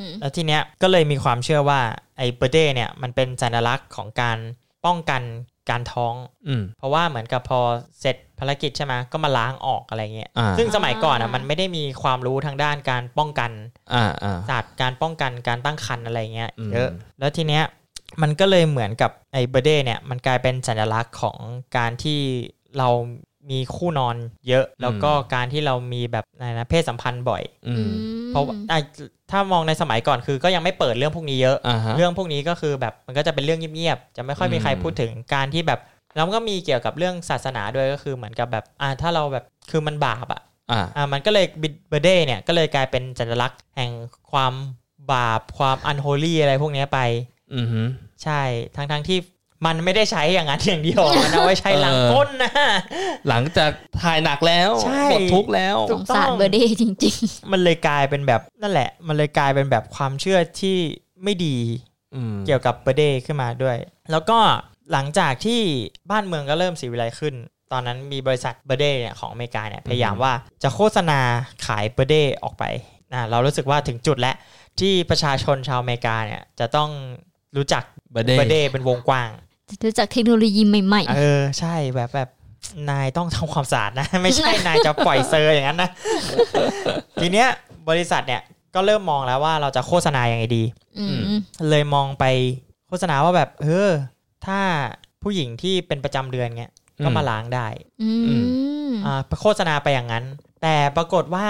S3: ม
S2: แล้วทีเนี้ยก็เลยมีความเชื่อว่าไอ้เบอร์เดย์เนี่ยมันเป็นสัญลักษณ์ของการป้องกันการท้อง
S4: อืม
S2: เพราะว่าเหมือนกับพอเสร็จภารกิจใช่ไหมก็มาล้างออกอะไรเงี้ย
S4: อ่า
S2: ซึ่งสมัยก่อนอ่ะมันไม่ได้มีความรู้ทางด้านการป้องกัน
S4: อ่าอ่า
S2: ศาสตร์การป้องกันการตั้งครรภ์อะไรเงี้ย
S4: อืม
S2: เยอะแล้วทีเนี้ยมันก็เลยเหมือนกับไอ้เบอร์เดย์เนี่ยมันกลายเป็นสัญลักษณ์ของการที่เรามีคู่นอนเยอะ แล้วก็การที่เรามีแบบอะไรนะเพศสัมพันธ์บ่อย
S4: อืม
S2: เพราะว่าอ่ะถ้ามองในสมัยก่อนคือก็ยังไม่เปิดเรื่องพวกนี้เยอะ
S4: อ่าฮะ
S2: เรื่องพวกนี้ก็คือแบบมันก็จะเป็นเรื่องเงียบๆ จะไม่ค่อยมีใคร
S4: อืม
S2: พูดถึงการที่แบบแล้วก็มีเกี่ยวกับเรื่องศาสนาด้วยก็คือเหมือนกับแบบอ่ะถ้าเราแบบคือมันบาปอะ
S4: อ่า
S2: อ่ามันก็เลยบิดเบอร์เดย์เนี่ยก็เลยกลายเป็นสัญลักษณ์แห่งความบาปความอันโฮลี่อะไรพวกเนี้ยไป
S4: อืม
S2: ใช่ทั้งทั้งๆที่มันไม่ได้ใช้อย่างนั้นอย่างเดียวมันเอาไว้ใช้หลังก้นนะ
S4: หลังจากถ่ายหนักแล้ว
S2: ใช่
S4: หมดทุกข์แล้ว
S2: ถู
S3: ส
S2: ก
S3: ง
S2: ต้อง
S3: สารเบอร์ดี้จริง
S2: มันเลยกลายเป็นแบบนั่นแหละ มันเลยกลายเป็นแบบความเชื่อที่ไม่ดี
S4: อืม
S2: เกี่ยวกับเบอร์เดย์ขึ้นมาด้วย แล้วก็หลังจากที่บ้านเมืองก็เริ่มสีวิไลขึ้น ตอนนั้นมีบริษัทเบอร์เดย์เนี่ยของอเมริกาเนี่ยพยายามว่าจะโฆษณาขายเบอร์เดย์ออกไปนะเรารู้สึกว่าถึงจุดแล้ว ที่ประชาชนชาวอเมริกาเนี่ยจะต้องรู้จัก
S4: บดเด
S2: เบอร์เด
S4: ย์
S2: ย์เป็นวงกว้าง
S3: ๆ รู้จักเทคโนโลยีใหม่
S2: เออ ใช่แบบแบบนายต้องทำความสะอาดนะ ไม่ใช่นายจะปล่อยเซอร์อย่างนั้นนะ ทีเนี้ยบริษัทเนี่ยก็เริ่มมองแล้วว่าเราจะโฆษณายังไงดี
S3: ๆ อืม
S2: เลยมองไปโฆษณาว่าแบบเออถ้าผู้หญิงที่เป็นประจำเดือนเงี้ยก็มาล้างได้
S3: อืม
S2: อ่าโฆษณาไปอย่างนั้น แต่ปรากฏว่า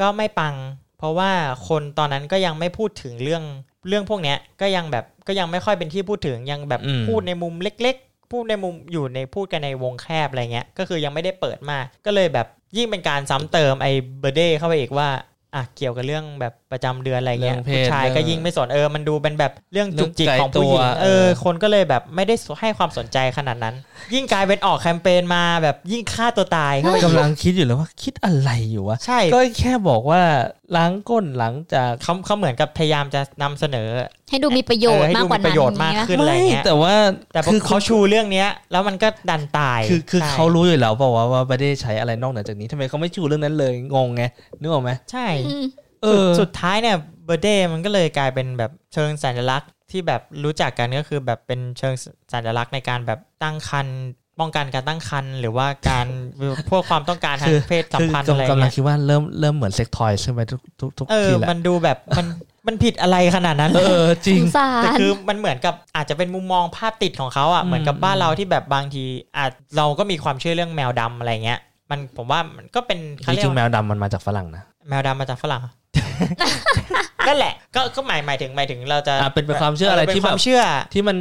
S2: ก็ไม่ปัง เพราะว่าคนตอนนั้นก็ยังไม่พูดถึงเรื่องเรื่องพวกเนี้ยก็ยังแบบก็ยังไม่ค่อยเป็นที่พูดถึงยังแบบพูดในมุมเล็ก ๆ พูดในมุมอยู่ในพูดกันในวงแคบอะไรเงี้ยก็คือยังไม่ได้เปิดมากก็เลยแบบยิ่งเป็นการซ้ำเติมไอ้เบอร์เดย์เข้าไปอีกว่าอ่ะเกี่ยวกับเรื่องแบบ ประจำเดือนอะไรเงี้ย
S4: เรื่องเพศ
S2: ผู้ชายก็ยิ่งไม่สนเออมันดูเป็นแบบเรื่องจุกจิกของผู้หญิง
S4: เรื่องไกลตัว
S2: เอ
S4: เอ
S2: อ
S4: อ
S2: คนก็เลยแบบไม่ได้ให้ความสนใจขนาดนั้น ยิ่งกลายเป็นออกแคมเปญมาแบบยิ่งฆ่าตัวตายเข้าไป
S4: กำลังคิดอยู่เลยว่าคิดอะไรอยู่วะ
S2: ใช่
S4: ก็แค่บอกว่าล้างก้นหลังจาก
S2: เขาเขาเหมือนกับพยายามจะนำเสนอ
S3: ให้ดูมีประโยชน์
S2: เออให้
S3: มาก
S2: ดู
S3: กว่า
S2: ป
S3: นั้
S2: ระ
S3: น
S2: โยชน์มาก
S3: อย่างเงี้ย
S2: ขึ้นอะไรเงี้ย
S4: แต่ว่า
S2: แต่พอ
S4: คือ
S2: เขาชูเรื่องเนี้ย แล้วมันก็ดันตาย
S4: คือคือ
S2: ใช่
S4: เขารู้อยู่แล้วเปล่าว่าว่าไม่ได้ใช้อะไรนอกเหนือจากนี้ทำไมเขาไม่ชูเรื่องนั้นเลยงงไงนึกออกไหม
S2: ใช่
S3: อืม
S4: เออ
S2: สุดท้ายเนี่ยเบอร์เดย์มันก็เลยกลายเป็นแบบเชิงสัญลักษณ์ที่แบบรู้จักกันก็คือแบบเป็นเชิงสัญลักษณ์ในการแบบตั้งครรภ์ป้องกันการตั้งครรภ์หรือว่าการ พวกความต้องการทางเพศสัม
S4: คือ
S2: พันธ์อะไร
S4: กำลัง
S2: เงี้ย
S4: คิดว่าเริ่มเริ่มเหมือนเซ็กทอยใช่ไหมทุกทุกทุก
S2: เออ
S4: ทีแหละ
S2: มันดูแบบมันมันผิดอะไรขนาดนั้น
S4: เออจริง
S3: สงสา
S2: แต่
S3: ร
S2: คือมันเหมือนกับอาจจะเป็นมุมมองภาพติดของเขาอ่ะ
S4: อืม
S2: เหมือนกับบ้านเราที่แบบบางทีอาจเราก็มีความเชื่อเรื่องแมวดำอะไรเงี้ย มันผมว่ามันก็เป็นเขา
S4: จ
S2: เรียก
S4: ริงๆ
S2: ว่า
S4: แมวดำมันมาจากฝรั่งนะ
S2: แมวดำมาจากฝรั่ง นั่นแหละ ก็ก็หมายหมายถึงหมายถึงเราจะ
S4: อ่ะเป็นเป็นความเชื่ออะไร
S2: ป็น
S4: ที่
S2: ค
S4: แบ
S2: วา
S4: บ
S2: มเชื่อ
S4: ที่มัน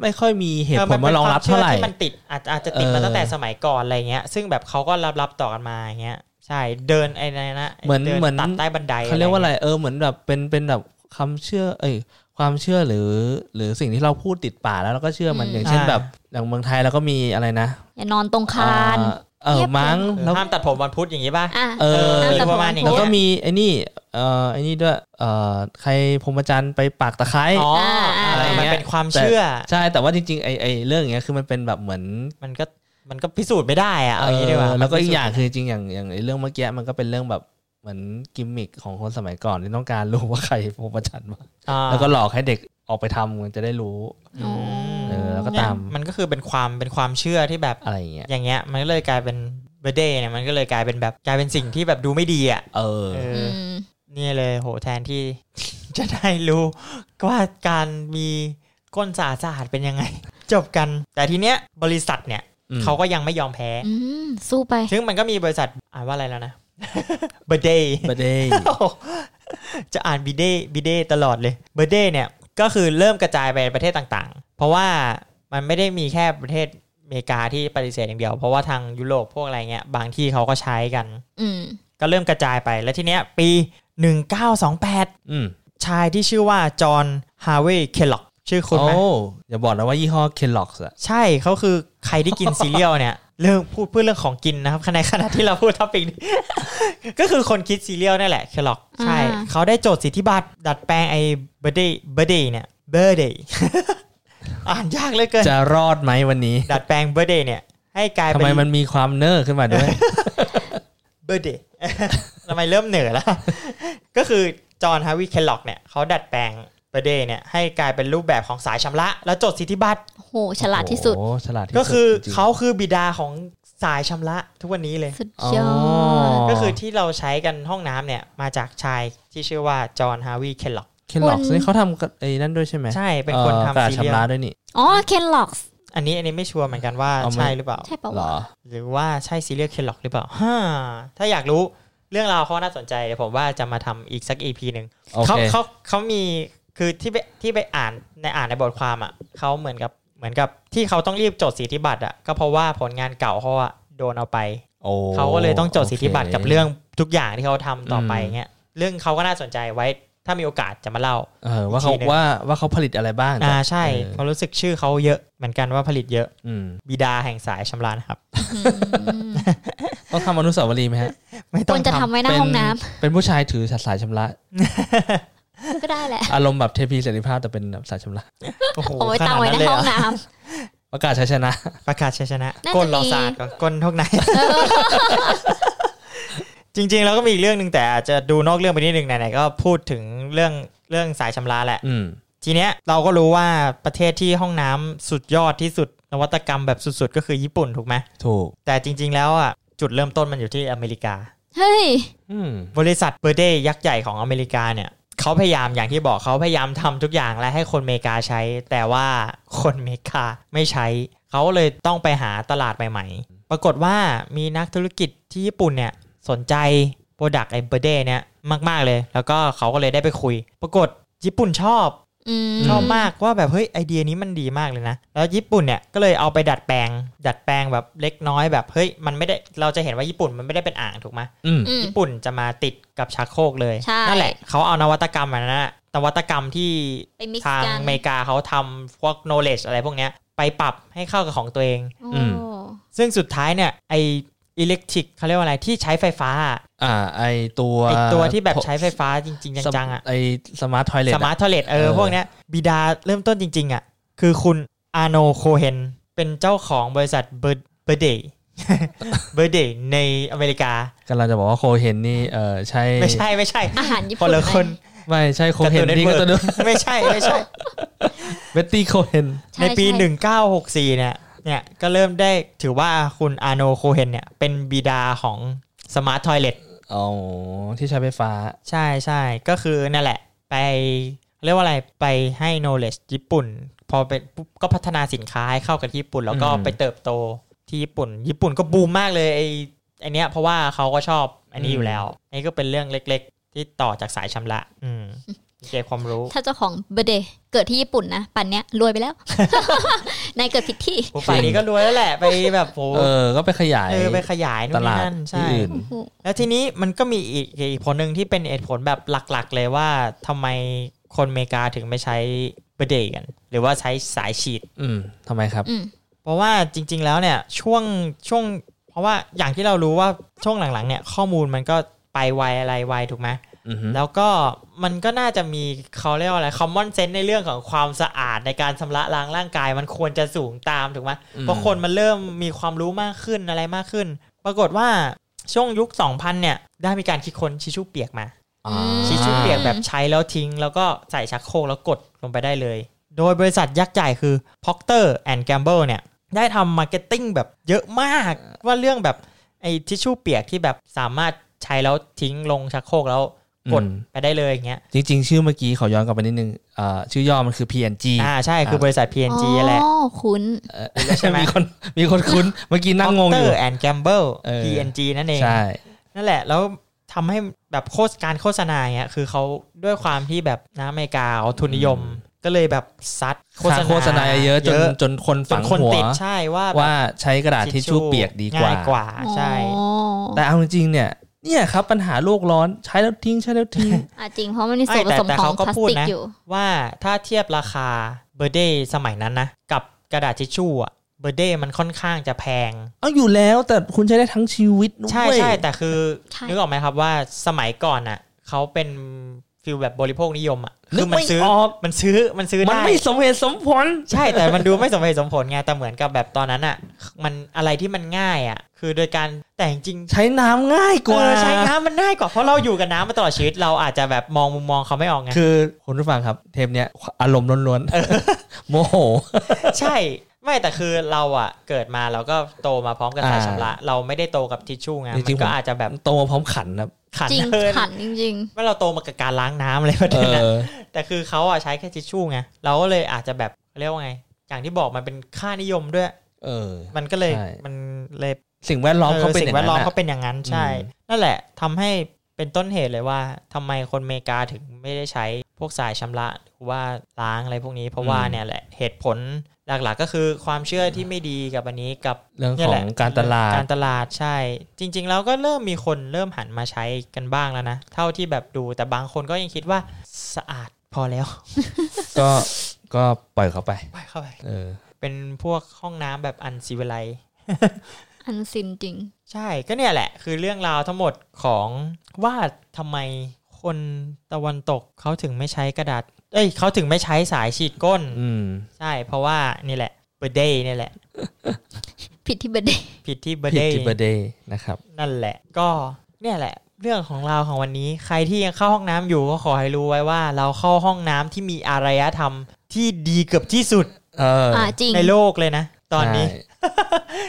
S4: ไม่ค่อยมีเหตุ
S2: เอ
S4: ผ
S2: มั
S4: ล
S2: นป็
S4: มาน รองรับเท่าไหร่
S2: ควมชื่อที่มันติดอาจอาจจะติดมา
S4: เออ
S2: ตั้งแต่สมัยก่อนอะไรเงี้ย ซึ่งแบบเขาก็รับรับต่อกันมาอย่างเงี้ย ใช่ เดินไอ้นั่นนะ
S4: เหมือน
S2: ดิ
S4: เหมือน
S2: ตัดใต้บันได
S4: เขาเรียกว่าอะไรเออเหมือนแบบเป็นเป็นแบบคำเชื่อ เอ้ยความเชื่อหรือ หรือสิ่งที่เราพูดติดปากแล้วเราก็เชื่อมันอย่างเช่นแบบอย่างเมืองไทยเราก็มีอะไรนะ
S3: อย่านอนตรงคาน
S4: อ่าเอ
S3: เงี
S4: อย
S3: บ
S4: มั้ง
S2: เออ
S4: แล้ว
S2: ห้ามตัดผมวันพุธอย่างงี้ป่ะ
S3: อ่ะ
S4: เอ
S2: เอ
S4: อ
S2: อ
S3: ห้ามตัดผม
S2: ประมาณอย่าง
S4: แล้ว
S2: เงี้ย
S4: ก็มีไอ้นี่เออไอ้นี่ด้วยเออใครพรหมจรรย์ไปปากตะไคร้
S2: อ๋อ
S3: อ่า
S2: อะไร
S4: อะไรเงี้ย
S2: มันเป็นความเชื่อ
S4: ใช่แต่ว่าจริงๆไอ้ไอ้เรื่องอย่างเงี้ยคือมันเป็นแบบเหมือน
S2: มันก็มันก็พิสูจน์ไม่ได้อะเอาอย่างงี้ดีกว่า
S4: เออแล้วก็อีกอย่าง
S2: มันพิสูจน์
S4: คือจริงๆอย่างอย่างไอ้เรื่องเมื่อกี้มันก็เป็นเรื่องแบบเหมือนกิมมิคของคนสมัยก่อนที่ต้องการรู้ว่าใครพงประชันมา
S2: อ่า
S4: แล้วก็หลอกให้เด็กออกไปทำมันจะได้รู้
S3: อ๋อ
S4: เออแล้วก็
S2: เนี่ย
S4: ตาม
S2: มันก็คือเป็นความเป็นความเชื่อที่แบบ
S4: อะไรอย่างเงี้ย
S2: อย่างเงี้ย มันก็เลยกลายเป็นเบเดย์เนี่ยมันก็เลยกลายเป็นแบบกลายเป็นสิ่งที่แบบดูไม่ดีอ่ะ
S4: เออ
S2: เอ
S3: อื
S2: อ
S3: ม
S2: นี่เลยโหแทนที่ จะได้รู้ว่าการมีก้นสะอาดสะอาดเป็นยังไง จบกัน แต่ทีเนี้ยบริษัทเนี่ย
S4: อืม
S2: เขาก็ยังไม่ยอมแพ้
S3: อืมสู้ไป
S2: ซึ่งมันก็มีบริษัทอ่านว่าอะไรแล้วนะ เบเดย์
S4: ประเด็น
S2: โอ้โห จะอ่านบีเดบีเดตลอดเลยเบอร์เดเนี่ย ก็คือเริ่มกระจายไปประเทศต่างๆ เพราะว่ามันไม่ได้มีแค่ประเทศอเมริกาที่ปฏิเสธอย่างเดียว เพราะว่าทางยุโรปพวกอะไรเงี้ย บางที่เขาก็ใช้กัน
S3: อืม
S2: ก็เริ่มกระจายไปแล้วทีเนี้ยปี 1928
S4: อืม
S2: ชายที่ชื่อว่าจอห์นฮาร์เวย์เคลล็อกชื่อคุณไหม
S4: โอ้อย่าบอกนะว่ายี่ห้อเคลล็อกส์อะ
S2: ใช่เขาคือใครที่กิน ซีเรียลเนี่ย เรื่องพูดเพื่อเรื่องของกินนะครับ ในขณะที่เราพูดท็อปิกนี้ ก็คือคนคิดซีเรียลนั่นแหละเคลล็อกใช่
S3: อ่า
S2: เขาได้โจทย์สิทธิบัตรดัดแปลงไอ้เบอร์เดย์เบอร์เดย์เนี่ยเบอร์เดย์ อ่านยากเหลยเกิน
S4: จะรอดไหมวันนี้
S2: ดัดแปลงเบอร์เดย์เนี่ย ให้กลาย
S4: ทำ
S2: เป็น
S4: ไมมันมีความเนอร์ขึ้นมาด้วย
S2: เบอร์เดย์ ทำไมเริ่มเหนื่อยแล้ว ก็คือจอห์นฮาวิเคลล็อกเนี่ยเขาดัดแปลงเบอร์เดย์เนี่ยให้กลายเป็นรูปแบบของสายชำระ แล้วโจทย์สิทธิบัตร
S3: โห ฉลาดที่สุด
S4: โอ้โหฉลาดที่สุด
S2: ก็คือ
S4: จริงๆ
S2: เขาคือบิดาของสายชำระทุกวันนี้เลย
S3: สุด
S4: อ๋อย
S3: อด
S2: ก็คือที่เราใช้กันห้องน้ำเนี่ยมาจากชายที่ชื่อว่าจอห์นฮาวิเคลล็อก
S4: เคลล็อกส์นี่เขาทำกับไอ้นั่นด้วยใช่ไหม
S2: ใช่ เป็นคน
S4: อ่อกระ
S2: ทำ
S4: ดาษ
S2: ซีเรีย
S4: ชำระ
S2: ล
S4: ด้วยนี่
S3: อ๋อ เคนล็อกส์
S2: อันนี้อันนี้ไม่ชัวร์เหมือนกันว่า
S4: เอามา
S2: ใช่หรือเปล่า
S3: ใช่ปะ
S4: เหร
S3: วะ
S4: อ
S2: หรือว่าใช่ซีเรียลเคลล็อกหรือเปล่าฮ่าถ้าอยากรู้เรื่องราวเขาน่าสนใจเดี๋ยวผมว่าจะมาทำอีกสักอีพีหนึ่ง
S4: โอ
S2: เขา
S4: เค
S2: เขาเขามีคือที่ไปที่ไปอ่านในอ่านในบทความอ่ะเขาเหมือนกับเหมือนกับที่เขาต้องรีบจดสิทธิบัตรอ่ะก็เพราะว่าผลงานเก่าเขาอ่ะโดนเอาไป
S4: โอ้
S2: เขาก็เลยต้องจดสิทธิบัตร
S4: โค
S2: กับเรื่องทุกอย่างที่เขาทำต่อไป
S4: อืม
S2: เงี้ยเรื่องเขาก็น่าสนใจไว้ถ้ามีโอกาสจะมาเล่า
S4: เออว่าเขา
S2: อีกทีหนึ่ง
S4: ว่าว่าเขาผลิตอะไรบ้าง
S2: อ่าใช่
S4: เออ
S2: เขาะรู้สึกชื่อเขาเยอะเหมือนกันว่าผลิตเยอะ
S4: อืม
S2: บิดาแห่งสายชำระนะครับ
S3: อืม
S4: ต้องทำอนุสาวรีย์ไหมฮะ
S2: ไม่
S3: ค
S2: ต้อ
S3: วรง จะ
S2: ท
S3: ทำไว้หน้า
S4: เป็
S3: ห้องน้ำ
S4: เป็นผู้ชายถือสายชำระ
S3: ก็ได้แหละ
S4: อารมณ์แบบเทพีเสรีภาพแต่เป็นแบบสายชำระ
S2: ำโอ้โห
S3: เอาไว้
S2: ข
S3: ตั้
S2: นาง ด
S3: ไว้ห
S2: นั้น
S3: น้า
S2: เลย
S3: ห้
S2: เหรอ
S3: องน้ำ
S4: ประกาศชัยชนะ
S2: ประกาศชัยชนะ
S3: น่าจะ
S2: ก้นเรา
S3: มี
S2: สาดกับก้นทุกไหน จริงๆแล้วก็มีอีกเรื่องหนึ่งแต่อาจจะดูนอกเรื่องไปนิดนึงไหนๆก็พูดถึงเรื่องเรื่องสายชำระแหละ
S4: อืม
S2: ทีเนี้ยเราก็รู้ว่าประเทศที่ห้องน้ำสุดยอดที่สุดนวัตกรรมแบบสุดๆ ก็คือญี่ปุ่นถูกไหม
S4: ถูก
S2: แต่จริง ๆ แล้วอ่ะจุดเริ่มต้นมันอยู่ที่อเมริกา
S3: เฮ้ย
S4: อืม
S2: บริษัทเบอร์เดย์ยักษ์ใหญ่ของอเมริกาเนี่ยเขาพยายามอย่างที่บอกเขาพยายามทำทุกอย่างและให้คนอเมริกาใช้ แต่ว่าคนอเมริกาไม่ใช้ เขาเลยต้องไปหาตลาดใหม่ ๆ ปรากฏว่ามีนักธุรกิจที่ญี่ปุ่นเนี่ยสนใจโปรดักต์ไอเบอร์เดย์เนี่ยมาก ๆ เลย แล้วก็เขาก็เลยได้ไปคุย ปรากฏญี่ปุ่นชอบ
S3: ม
S2: ชอบมากว่าแบบเฮ้ยไอเดียนี้มันดีมากเลยนะ แล้วญี่ปุ่นเนี่ยก็เลยเอาไปดัดแปลง ดัดแปลงแบบเล็กน้อยแบบเฮ้ยมันไม่ได้เราจะเห็นว่าญี่ปุ่นมันไม่ได้เป็นอ่างถูกไหม
S4: อืม
S3: อืม
S2: ญี่ปุ่นจะมาติดกับชักโครกเลย
S3: ใช่
S2: นั่นแหละเขาเอานวัตกรรมอันนั้นนะนวัตกรรมที่
S3: ไปมิก
S2: ทา
S3: ซ์
S2: ง
S3: กัน
S2: อเมริกาเขาทำพวก knowledge อะไรพวกเนี้ยไปปรับให้เข้ากับของตัวเอง
S3: โอ้
S4: อืม
S2: ซึ่งสุดท้ายเนี่ยไออิเล็กทริกเขาเรียกว่าอะไรที่ใช้ไฟฟ้าอะ
S4: อ่า ไอตัว
S2: ไอตัวที่แบบใช้ไฟฟ้าจริง ๆ จังๆอ่ะ
S4: ไอสมาร์ททอยเลท
S2: สมาร์ทเทเลตเออ
S4: เออ
S2: พวกเนี้ยบิดาเริ่มต้นจริง ๆ อ่ะ คือคุณอาโนโคเฮนเป็นเจ้าของบริษัทเบอร์เด ย์เบอร์เดย์ ในอเมริกา
S4: กำลังจะบอกว่าโคเฮนนี่เออใช่
S2: ไม่ใช่ไม่ใช่
S3: อาหารญี่
S2: ค
S3: ปุ่น
S2: นละคน
S4: ไม่ใช่โค
S2: การ์
S4: เฮ
S2: ตู
S4: นนี่ก็
S2: เวิร์
S4: ตัว นึง
S2: ไม่ใช่ไม่ใช่
S4: เบตตี้โคเฮน
S3: ช่
S2: ในปี
S3: ช่
S2: 1964 เนี่ยเนี่ยก็เริ่มได้ถือว่าคุณอาโนโคเฮนเนี่ยเป็นบิดาของสมาร์ททอยเลต
S4: อ๋อที่ใช้ไฟฟ้า
S2: ใช่ใช่ก็คือนั่นแหละ ไปเรียกว่าอะไรไปให้ knowledge ญี่ปุ่น พอเป็นปุ๊บก็พัฒนาสินค้าให้เข้ากับญี่ปุ่น แล้วก็
S4: อืม
S2: ไปเติบโตที่ญี่ปุ่น ญี่ปุ่นก็บูมมากเลยไอไอเนี้ยเพราะว่าเขาก็ชอบอันนี้อยู่แล้วอันนี้ก็เป็นเรื่องเล็กๆ ที่ต่อจากสายชำระอืมเก็บความรู้
S3: ถ้าเจ้าของเบเดย์เกิดที่ญี่ปุ่นนะปันเนี้ยรวย ไปแล้ว นายเกิดผิดที่
S2: โอ้ฝ่ายนี้ก็รวยแล้วแหละไปแบบโห
S4: เออ ก็ไปขยาย
S2: เออไปขยายนู่นนี่นั่น
S4: ตลาด
S2: ใช่
S4: ที่อื่น
S3: โอ้โห
S2: แล้วทีนี้มันก็มีอีกอีกผลหนึ่งที่เป็นเหตุผลแบบหลักๆ เลยว่าทำไมคนอเมริกาถึงไม่ใช้เบเดกัน หรือว่าใช้สายฉีด
S4: อืมทำไมครับ
S3: อืม
S2: เพราะว่าจริง ๆ แล้วเนี่ยช่วงช่วง เพราะว่าอย่างที่เรารู้ว่าช่วงหลังๆเนี่ยข้อมูลมันก็ไปไวอะไรไวถูกไหม
S4: อือฮึ
S2: แล้วก็มันก็น่าจะมีเขาเรียกว่าอะไรคอมมอนเซนส์ในเรื่องของความสะอาดในการชำระล้างร่างกายมันควรจะสูงตามถูกไหมเพราะคนมันเริ่มมีความรู้มากขึ้นอะไรมากขึ้น ปรากฏว่าช่วงยุค 2000 เนี่ยได้มีการคิดค้นชิชชู่เปียกมา
S4: อ่า
S2: ชิชชู่เปียกแบบใช้แล้วทิ้ง แล้วก็ใส่ชักโครกแล้วกดลงไปได้เลย โดยบริษัทยักษ์ใหญ่คือ Procter and Gamble เนี่ย ได้ทำมาร์เก็ตติ้งแบบเยอะมาก ว่าเรื่องแบบไอ้ทิชชู่เปียกที่แบบสามารถใช้แล้วทิ้งลงชักโครกแล้วกด
S4: อืม
S2: ไปได้เลยอย่างเงี้ย
S4: จริง ๆ ชื่อเมื่อกี้ขอย้อนกลับไปนิดนึงอ่าชื่อย่อมันคือ PNG
S2: อ่าใช่คือบริษัท PNG แหละ
S3: อ๋อคุณ
S2: ใช่ไหม
S4: มีคนมีคนคุ้นเมื่อกี้นั่งงงอยู่
S2: Procter and Gamble
S4: เออ
S2: PNG นั่นเอง
S4: ใช่
S2: นั่นแหละ แล้วทำให้แบบโฆษการโฆษณาเนี้ยคือเขาด้วยความที่แบบน้ำอเมริกาเอาทุนนิยม
S4: อืม
S2: ก็เลยแบบซัดโฆษณา
S4: โฆษณาเยอะจนจนคน
S2: จ
S4: ฝั
S2: น
S4: ง
S2: คน
S4: หัว
S2: ติดใช่ว่าแบบ
S4: ว่าใช้กระดาษทิชชู่เปียกดีกว่า
S2: ง่ายกว่าใช่
S3: อ๋อ
S4: แต่เอาจริงๆเนี่ยเนี่ยครับปัญหาโลกร้อนใช้แล้วทิ้งใช้แล้ว ทิ้ง
S3: อ่ะจริงเพราะมันมีส่วนผ
S2: ไม่แต่
S3: สม
S2: แต่
S3: ของ
S2: เขาก็
S3: พลาส
S2: พูด
S3: ติก
S2: นะ
S3: อยู่
S2: ว่าถ้าเทียบราคาเบอร์เดย์สมัยนั้นนะ กับกระดาษทิชชู่อะเบอร์เดย์มันค่อนข้างจะแพง
S4: เอาอยู่แล้วแต่คุณใช้ได้ทั้งชีวิตนะ
S2: ใช่
S4: เว้ย
S2: ใช่แต่คือ
S3: ใช่
S2: นึกออกไหมครับว่าสมัยก่อนอ่ะเขาเป็นฟิลแบบบริโภคนิยมอ่ะ
S4: นึ
S2: คื
S4: ก
S2: มั
S4: ไม่
S2: ซื้อ
S4: ออก
S2: มันซื้อมันซื้อ
S4: มัน
S2: ได้
S4: ไม่สมเหตุสมผล
S2: ใช่แต่มันดูไม่สมเหตุสมผลไงแต่เหมือนกับแบบตอนนั้นอ่ะ มันอะไรที่มันง่ายอ่ะ คือโดยการแต่จริง
S4: ใช้น้ำง่ายกว่า
S2: เออใช้น้ำมันง่ายกว่าเพราะเราอยู่กับน้ำมาตลอดชีวิตเราอาจจะแบบมองมุมมองเขาไม่ออกไง
S4: คือคุณผู้ฟังครับ เทปเนี้ยอารมณ์ล้วน ๆโมโห
S2: ใช่ ไม่แต่คือเราอ่ะเกิดมาเราก็โตมาพร้อมกับสายชำระ เราไม่ได้โตกับทิชชู่ไง
S4: จริ
S2: มัน
S4: งๆผม
S2: ก็อาจจะแบบ
S4: โตมาพร้อมขันครับ
S2: ขัน
S3: จริง
S2: เกิน
S3: ขันจริง
S2: เมื่อเราโตมากับการล้างน้ำอะไรประ
S4: เอ
S2: เด็นนะ
S4: อ
S2: แต่คือเขาอ่ะใช้แค่ทิชชู่ไงเราก็เลยอาจจะแบบเรียกว่าไง อย่างที่บอกมันเป็นค่านิยมด้วย
S4: เออ
S2: มันก็เลย
S4: ใช่
S2: มันเลย
S4: สิ่งแวดล้อมเขาเป็น
S2: สิ่
S4: อย่าง ง
S2: แวด
S4: นั้
S2: ล้อม
S4: น
S2: เขา
S4: อะ
S2: เป็นอย่างนั้นใช่
S4: อืม
S2: นั่นแหละทำให้เป็นต้นเหตุเลยว่าทำไมคนอเมริกาถึงไม่ได้ใช้พวกสายชำระหรือว่าล้างอะไรพวกนี้เพราะว่าเนี่ยแหละเหตุผลหลักๆ ก็คือความเชื่อที่ไม่ดีกับอันนี้กับ
S4: เรื่อง
S2: เนี่ย
S4: ข
S2: แห
S4: อ
S2: ละ
S4: งการตลาด
S2: การตลาดใช่ จริง ๆ แล้วก็เริ่มมีคนเริ่มหันมาใช้กันบ้างแล้วนะ เท่าที่แบบดูแต่บางคนก็ยังคิดว่าสะอาดพอแล้ว
S4: ก็ก็ปล่อยเขาไป
S2: ไปเข้าไป
S4: เออ
S2: เป็นพวกห้องน้ำแบบอันซีวิไลซ์
S3: ๆ อันซินจริง
S2: ใช่ก็เนี่ยแหละ คือเรื่องราวทั้งหมดของว่าทำไมคนตะวันตกเขาถึงไม่ใช้กระดาษ เอ้ยเขาถึงไม่ใช้สายฉีดก้น
S4: อืม
S2: ใช่ เพราะว่านี่แหละเบอร์เดย์นี่แหละ
S3: ผิดที่เบเดย์
S2: ผิดที่เบอร์
S4: ผิด
S2: เดย์
S4: ที่เบอร์เดย์นะครับ
S2: นั่นแหละ ก็เนี่ยแหละ เรื่องของเราของวันนี้ใครที่ยังเข้าห้องน้ำอยู่ก็ขอให้รู้ไว้ว่า เราเข้าห้องน้ำที่มีอารยธรรมที่ดีเกือบที่สุด
S4: เออ
S3: อ่ะจริง
S2: ในโลกเลยนะ ตอนนี้
S4: ใช่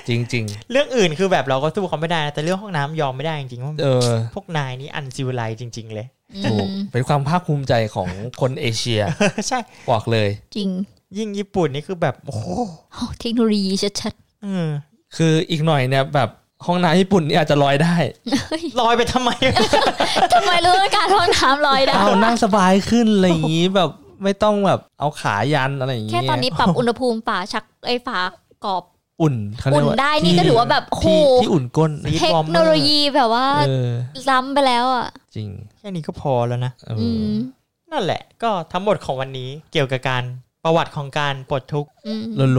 S4: จริง
S2: เรื่องอื่นคือแบบเราก็สู้เขาไม่ได้นะแต่เรื่องห้องน้ำยอมไม่ได้จริงๆว่า
S4: ๆ เออ
S2: พวกนายนี่อันซิวไลจริง ๆ เลย
S4: ถูก เป็นความภาคภูมิใจของคนเอเชี ย
S2: ใช่
S4: บอกเลย
S3: จริง
S2: ยิ่งญี่ปุ่นนี่คือแบบโอ้โห
S3: โอ้เทคโนโลยีชัด
S2: เออ
S4: คืออีกหน่อยเนี่ยแบบห้องน้ำญี่ปุ่นนี่อาจจะลอยได้
S2: ลอยไปทำไม
S3: ๆทำไมรู้ว่าการท่องน้ำลอยได้
S4: เอานั่งสบายขึ้นอะไรอย่างนี้แบบ ไม่ต้องแบบเอาขายันอะไรอย่างเงี้
S3: แค่
S4: ย
S3: ตอนนี้ปรับอุณหภูมิฝาชักไอ้ฝากรอบ
S4: อุ่นเขาเรี
S3: อุ่
S4: ย
S3: น
S4: กว่า
S3: ได้นี่ก็ถือว่าแบบโอ้โห
S4: ที่ที่อุ่นก้น
S2: ที่
S3: เทคโนโลยีแบบว่า
S4: เออ
S3: ล้ำไปแล้วอ่ะ
S4: จริง
S2: แค่นี้ก็พอแล้วนะ
S4: เอออ
S3: อืม
S2: นั่นแหละก็ทั้งหมดของวันนี้เกี่ยวกับการประวัติของการปลดทุกข์
S3: อืม
S4: ล้วน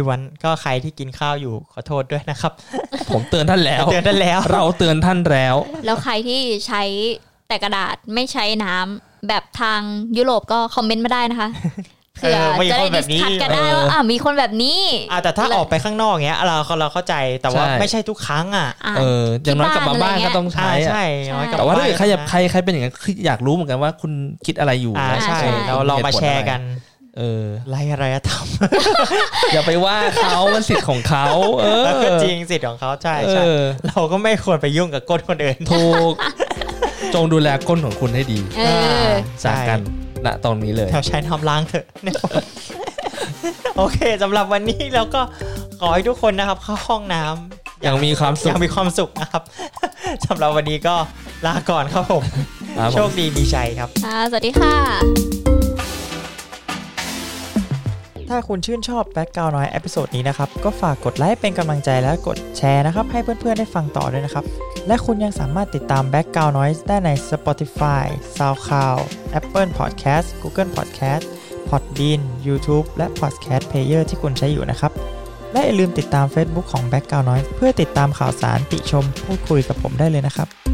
S2: ล้วนๆก็ใครที่กินข้าวอยู่ขอโทษด้วยนะครับ
S4: ๆผมเตือนท่านแล้ว
S2: เตือนได้แล้ว
S4: เราเตือนท่านแล้ว
S3: แล้วใครที่ใช้แต่กระดาษไม่ใช้น้ำแบบทางยุโรปก็คอมเมนต์มาได้นะคะเผื่อ
S2: เออมี
S3: จะ
S2: ค
S3: ได้
S2: นแบ
S3: ดิ
S2: บ
S3: ส
S2: นี้
S3: คัดกันได้ว่า
S4: เอออ่
S3: อ่ะมีคนแบบนี้
S2: อ่ะแต่ถ้าออกไปข้างนอกเงี้ยเราเราเข้าใจแต่ว่า
S4: ใช่
S2: ไม่ใช่ทุกครั้งอ่ะ
S3: อ่ะ
S4: เอออย่างน้อยกลับมาบ้าน
S3: ที่
S4: ก็
S3: บ้าน
S4: ต้องใช้
S2: อ่า
S4: อะ
S2: ใช่
S3: ใช่
S2: น้อยกลับ
S4: แต่ว่าถ้าเกิดใครอยาก
S2: บ้นนะ
S4: ใครใครเป็นอย่างนั้นคืออยากรู้เหมือนกันว่าคุณคิดอะไรอยู่
S2: อ่า
S4: นะ
S2: ใช่
S3: ใช่
S2: เราลองมาแชร์กัน
S4: เออ
S2: ไรอะไรธรรม
S4: อย่าไปว่าเขามันสิทธิ์ของเขาเออ
S2: แล้วก็จริงสิทธิ์ของเขาใช่
S4: เอ
S2: ใช่
S4: อ
S2: เราก็ไม่ควรไปยุ่งกับก้นคนอื่น
S4: ถูกจงดูแลก้นของคุณให้ดี
S3: เออ
S4: จากกันณตอนนี้เลย
S2: แถวชายทำล้างเถอะ โอเคสำหรับวันนี้เราก็ขอให้ทุกคนนะครับ เข้าห้องน้ำ
S4: ยังมีความ
S2: อ
S4: สุข
S2: ย่างมีความสุขนะครับ สำหรับวันนี้ก็ลาก่อนครับผม
S4: ครับผม
S2: โชคดีมีชัยครับ
S3: อ่ะสวัสดีค่ะ
S2: ถ้าคุณชื่นชอบแบ็กกราวน้อยเอพิโซดนี้นะครับ ก็ฝากกดไลค์เป็นกำลังใจและกดแชร์นะครับ ให้เพื่อนๆได้ฟังต่อด้วยนะครับ และคุณยังสามารถติดตามแบ็กกราวน้อยได้ใน Spotify, SoundCloud, Apple Podcast, Google Podcast, Podbean, YouTube และ Podcast Player ที่คุณใช้อยู่นะครับ และอย่าลืมติดตาม Facebook ของ b a c k g r o u n d Noise เพื่อติดตามข่าวสารติชมพูดคุยกับผมได้เลยนะครับ